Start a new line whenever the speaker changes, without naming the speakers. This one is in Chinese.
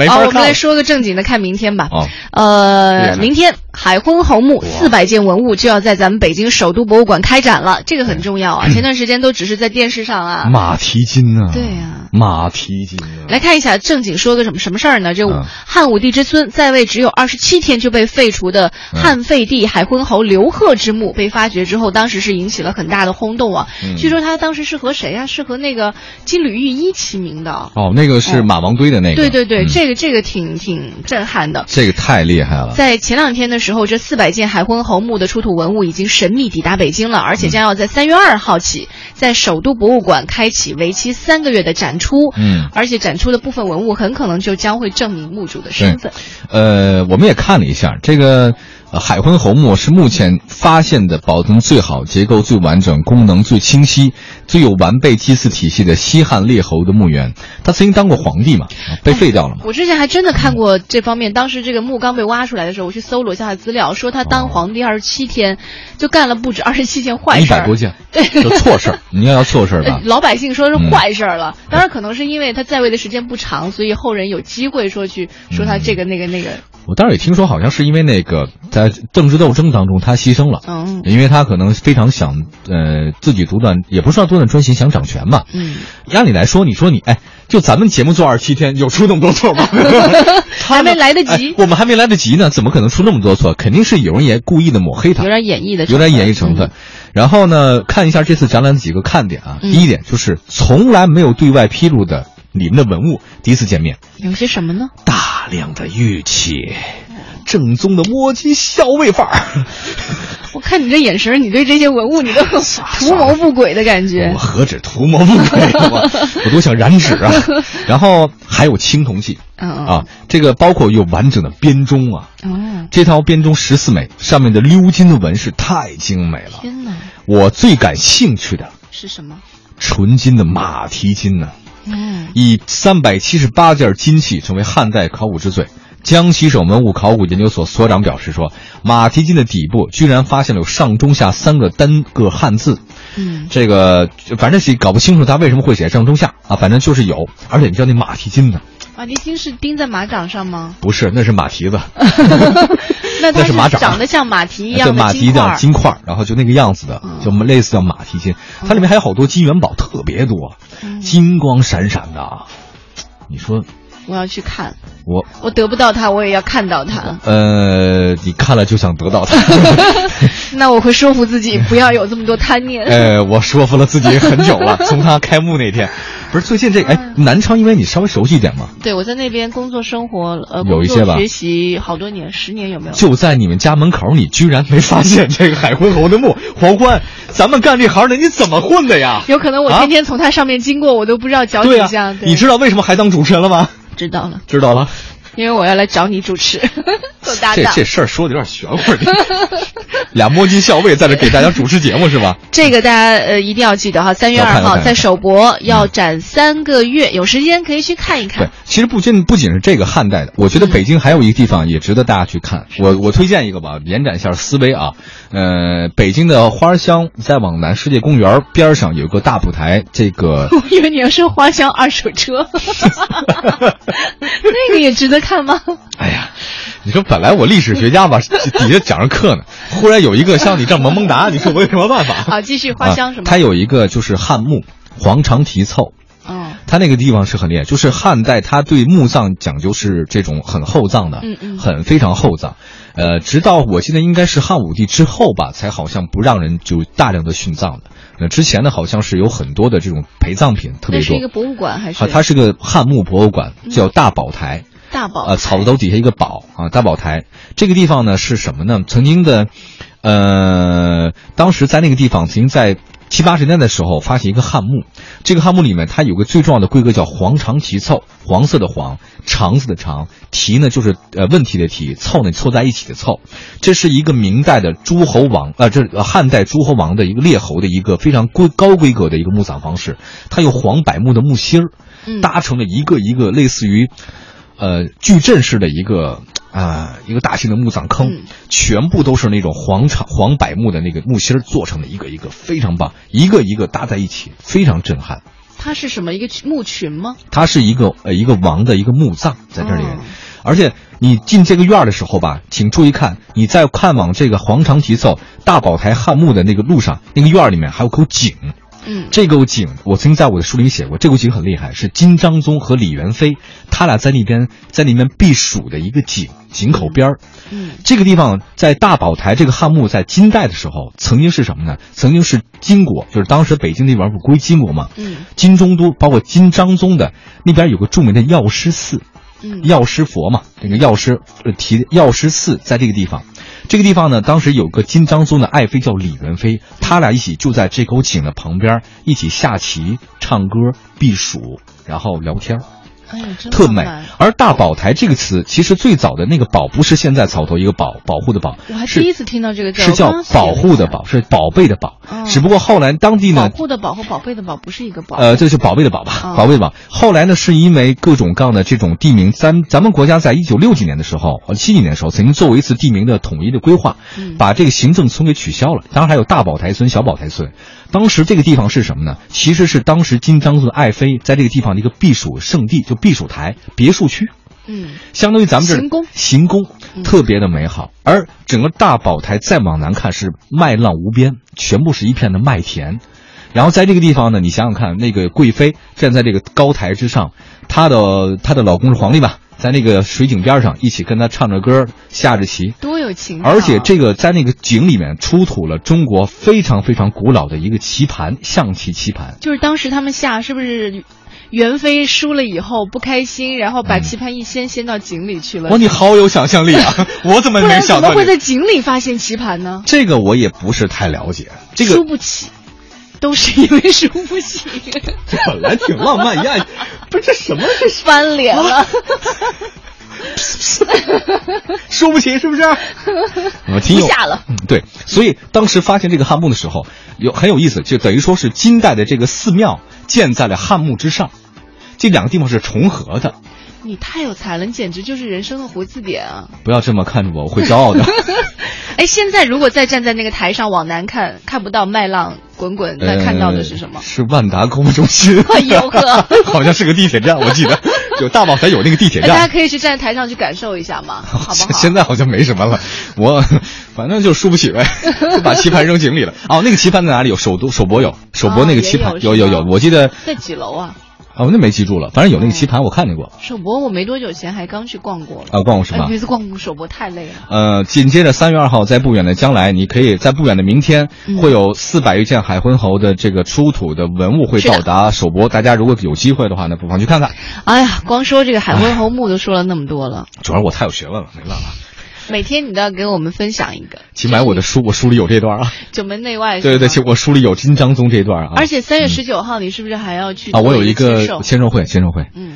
没
好、
法
哦我们
看
来。说个正经的，看明天吧。
哦，
呃，
对
明天海昏侯墓四百件文物就要在咱们北京首都博物馆开展了，这个很重要
嗯
啊。前段时间都只是在电视上啊。
马蹄金啊，
对呀
马蹄金啊，
来看一下正经说个什么什么事儿呢？这
嗯
汉武帝之孙在位只有二十七天就被废除的
嗯
汉废帝海昏侯刘贺之墓被发掘之后，当时是引起了很大的轰动啊。
嗯
据说他当时是和谁啊？是和那个金缕玉衣齐名的。
哦，那个是马王堆的那个，
对对对，
嗯
这个这个挺挺震撼的。
这个太厉害了，
在前两天的时候，这四百件海昏侯墓的出土文物已经神秘抵达北京了，而且将要在三月二号起在首都博物馆开启为期三个月的展出。
嗯。
而且展出的部分文物很可能就将会证明墓主的身份。
呃，我们也看了一下，这个、呃海昏侯墓是目前发现的保存最好、结构最完整、功能最清晰、最有完备祭祀体系的西汉列侯的墓园。他曾经当过皇帝嘛，
哦
啊被废掉了嘛。
我之前还真的看过这方面，当时这个墓刚被挖出来的时候，我去搜罗一下他的资料，说他当皇帝二十七天，就干了不止二十七件坏
啊一
事
百
儿
多。件，
对
就错事 儿。你要要错事儿吧
呃，老百姓说是
嗯
坏事儿了，当然可能是因为他在位的时间不长，所以后人有机会说去说他这个那个那个，
我当时也听说，好像是因为那个在政治斗争当中他牺牲了，
嗯
因为他可能非常想呃自己独断，也不是说独断专行，想掌权嘛。
嗯，
按理来说，你说你哎，就咱们节目做二十七天，有出那么多错 吗？他
还
们
没来得及
哎，我们还没来得及呢，怎么可能出那么多错？肯定是有人也故意的抹黑他
有，点演绎的成分，
有点演绎成分。然后呢，看一下这次展览几个看点啊。
嗯
第一点就是从来没有对外披露的你们的文物，第一次见面。
嗯。有些什么呢？
大量的玉器，正宗的摸鸡校尉范儿。
我看你这眼神儿，你对这些文 物你都图谋不轨的感觉
我。何止图谋不轨， 我我多想染指啊！然后还有青铜器
嗯嗯
啊，这个包括有完整的编钟啊，
哦，
这条编钟十四枚，上面的鎏金的纹饰太精美了。
天哪，
我最感兴趣的
是什么？
纯金的马蹄金呢、
嗯，
以三百七十八件金器成为汉代考古之最。江西省文物考古研究所所长表示说，马蹄金的底部居然发现了有上中下三个单个汉字，
嗯，
这个反正是搞不清楚他为什么会写上中下啊，反正就是有。而且你知道那马蹄金呢？
马蹄金是钉在马掌上 吗？
不是，那是马蹄子，
那它
是马掌哎
长得像马蹄一样
对，马
的
蹄一
金块
样
儿。
金块儿，然后就那个样子的，
嗯
就类似叫马蹄金。它里面还有好多金元宝，特别多，
嗯
金光闪闪的啊。你说
我要去看，
我
我得不到它，我也要看到它。
呃，你看了就想得到它。 嗯
那我会说服自己不要有这么多贪 念。
呃，我说服了自己很久了，从他开幕那天，不是最近这个
嗯
哎，南昌，因为你稍微熟悉一点嘛，
对，我在那边工作生活，呃，
有
工
一
作
些吧
学习好多年，十年有没有？
就在你们家门口，你居然没发现这个海昏侯的墓皇冠，咱们干这行的你怎么混的呀？
有可能我
啊
天天从它上面经过，我都不知道脚
对
底
呀、
下。对
你知道为什么还当主持人了吗？
知道了，
知道了，
因为我要来找你主 持，做搭
这
档。
这事儿说的有点玄乎，你 俩摸金校尉在这给大家主持节目是吧？
这个大家呃一定要记得哈，三月
要看
二
要
号
看嗯
在首博要展三个月，有时间可以去看一
对
看。，
其实不仅不仅是这个汉代的，我觉得北京还有一个地方也值得大家去看。我我推荐一个吧，延展一下思维啊。呃，北京的花乡再往南，世界公园边上有个大舞台，这个
我以为你要说花香二手 车，那个也值得看吗？
哎呀，你说本来我历史学家吧， 底下讲着课呢，忽然有一个像你这样萌萌哒，你说我有什么办法？
好，继续花香什
啊
么？
它有一个就是汉墓黄肠题凑。
嗯
它那个地方是很厉害，就是汉代它对墓葬讲究是这种很厚葬的，
嗯嗯
很非常厚葬。呃，直到我记得应该是汉武帝之后吧，才好像不让人就大量的殉葬的。那之前呢，好像是有很多的这种陪葬品特别
那
多。
是一个嗯博物馆还是
啊，它是个汉墓博物馆，叫大宝台。
大宝
呃，草字头底下一个宝啊，大宝台这个地方呢是什么呢？曾经的，呃，当时在那个地方，曾经在七八十年代的时候发现一个汉墓，这个汉墓里面它有个最重要的规格叫黄肠题凑，黄色的黄，肠子的肠，题呢就是呃问题的题，凑呢凑在一起的凑，这是一个明代的诸侯王，呃，这是呃汉代诸侯王的一个列侯的一个非常规高规格的一个墓葬方式，它有黄柏木的木芯儿，
嗯
搭成了一个一个类似于，呃，矩阵式的一个啊、一个大型的墓葬坑，
嗯
全部都是那种黄场黄柏木的那个木芯儿做成的一个一个非常棒，一个一个搭在一起，非常震撼。
它是什么一个群墓群吗？
它是一个呃一个王的一个墓葬在这里面
哦，
而且你进这个院儿的时候吧，请注意看，你在看往这个黄长提凑大宝台汉墓的那个路上，那个院儿里面还有口井。
嗯，
这口井，我曾经在我的书里写过，这口井很厉害，是金章宗和李元妃他俩在那边在那边避暑的一个井井口边儿。
嗯
这个地方在大宝台这个汉墓在金代的时候，曾经是什么呢？曾经是金国，就是当时北京那边不归金国嘛。
嗯
金中都包括金章宗的那边有个著名的药师寺，
嗯，
药师佛嘛，这个药师呃提药师寺在这个地方，这个地方呢，当时有个金章宗的爱妃叫李元妃，他俩一起就在这口井的旁边一起下棋、唱歌、避暑，然后聊天儿，
哎呦，真
特
浪
美
漫。
而“大宝台”这个词，其实最早的那个“宝”不是现在草头一个“保”，保护的“保
我还”，
是
第一次听到这个字，
是
我
叫
刚刚写
保
了一
护的“
下
保”，是宝贝的“宝”
嗯
只不过后来当地呢
保，护的保和宝贝的宝不是一个宝。
呃，这是宝贝的宝吧
啊，
宝贝的宝。后来呢，是因为各种各样的这种地名，咱咱们国家在一九六几年的时候，呃七几年的时候，曾经做过一次地名的统一的规划，
嗯
把这个行政村给取消了。当然还有大宝台村、小宝台村。当时这个地方是什么呢？其实是当时金章宗的爱妃在这个地方的一个避暑胜地，就避暑台别墅区。
嗯
相当于咱们这儿
行宫
行宫
嗯
特别的美好。而整个大宝台再往南看是麦浪无边，全部是一片的麦田。然后在这个地方呢，你想想看，那个贵妃站在这个高台之上，她的她的老公是皇帝吧，在那个水井边上一起跟她唱着歌，下着棋。
多有情调。
而且这个在那个井里面出土了中国非常非常古老的一个棋盘，象棋棋盘。
就是当时他们下是不是元妃输了以后不开心，然后把棋盘一掀掀到井里去了。
哇，你好有想象力啊！ 我怎么
不
没
然怎
想
么
到、这
会
个？
在井里发现棋盘呢？
这个我也不是太了解。这个
输不起，都是因为输不 起，
这本来挺浪漫 呀，不是这什么这是
翻脸了。
输不起是不 是？我挺有
不下了
嗯，对，所以当时发现这个汉墓的时候，有很有意思，就等于说是金代的这个寺庙建在了汉墓之上，这两个地方是重合的。
你太有才了，你简直就是人生的活字典啊！
不要这么看着我，我会骄傲的。
哎，现在如果再站在那个台上往南看，看不到麦浪滚滚， 那看到的是什么
呃？是万达购物中 心。
哎呦呵，
好像是个地铁站，我记得有大宝台有那个地铁
哎，大 家
站。
可以去站台上去感受一下 嘛，好不好？
现在好像没什么了，我反正就输不起 呗，就把棋盘扔井里了。哦，那个棋盘在哪里？有首都首博有首博那个棋盘，
啊也有
有有
是
有
吗，
我记得
在几楼啊？
啊，我那没记住了，反正有那个棋盘我看见过
首博，我没多久前还刚去逛过了。
啊，逛过是
哎
吧
有？一次逛首博太累了。
呃，紧接着三月二号，在不远的将来，你可以在不远的明天，
嗯
会有四百余件海昏侯的这个出土的文物会
是的
到达首博。大家如果有机会的话呢，不妨去看看。
哎呀，光说这个海昏侯墓都说了那么多了，
主要是我太有学问了，没办法，
每天你都要给我们分享一个
请买我的书，我书里有这段啊。
九门内外。
对对对，
哎是
请
吗
我书里有金章宗这段啊。
而且三月十九号你是不是还要去
啊，我
做
有一
一
个
签售
签售会，签售会。
嗯。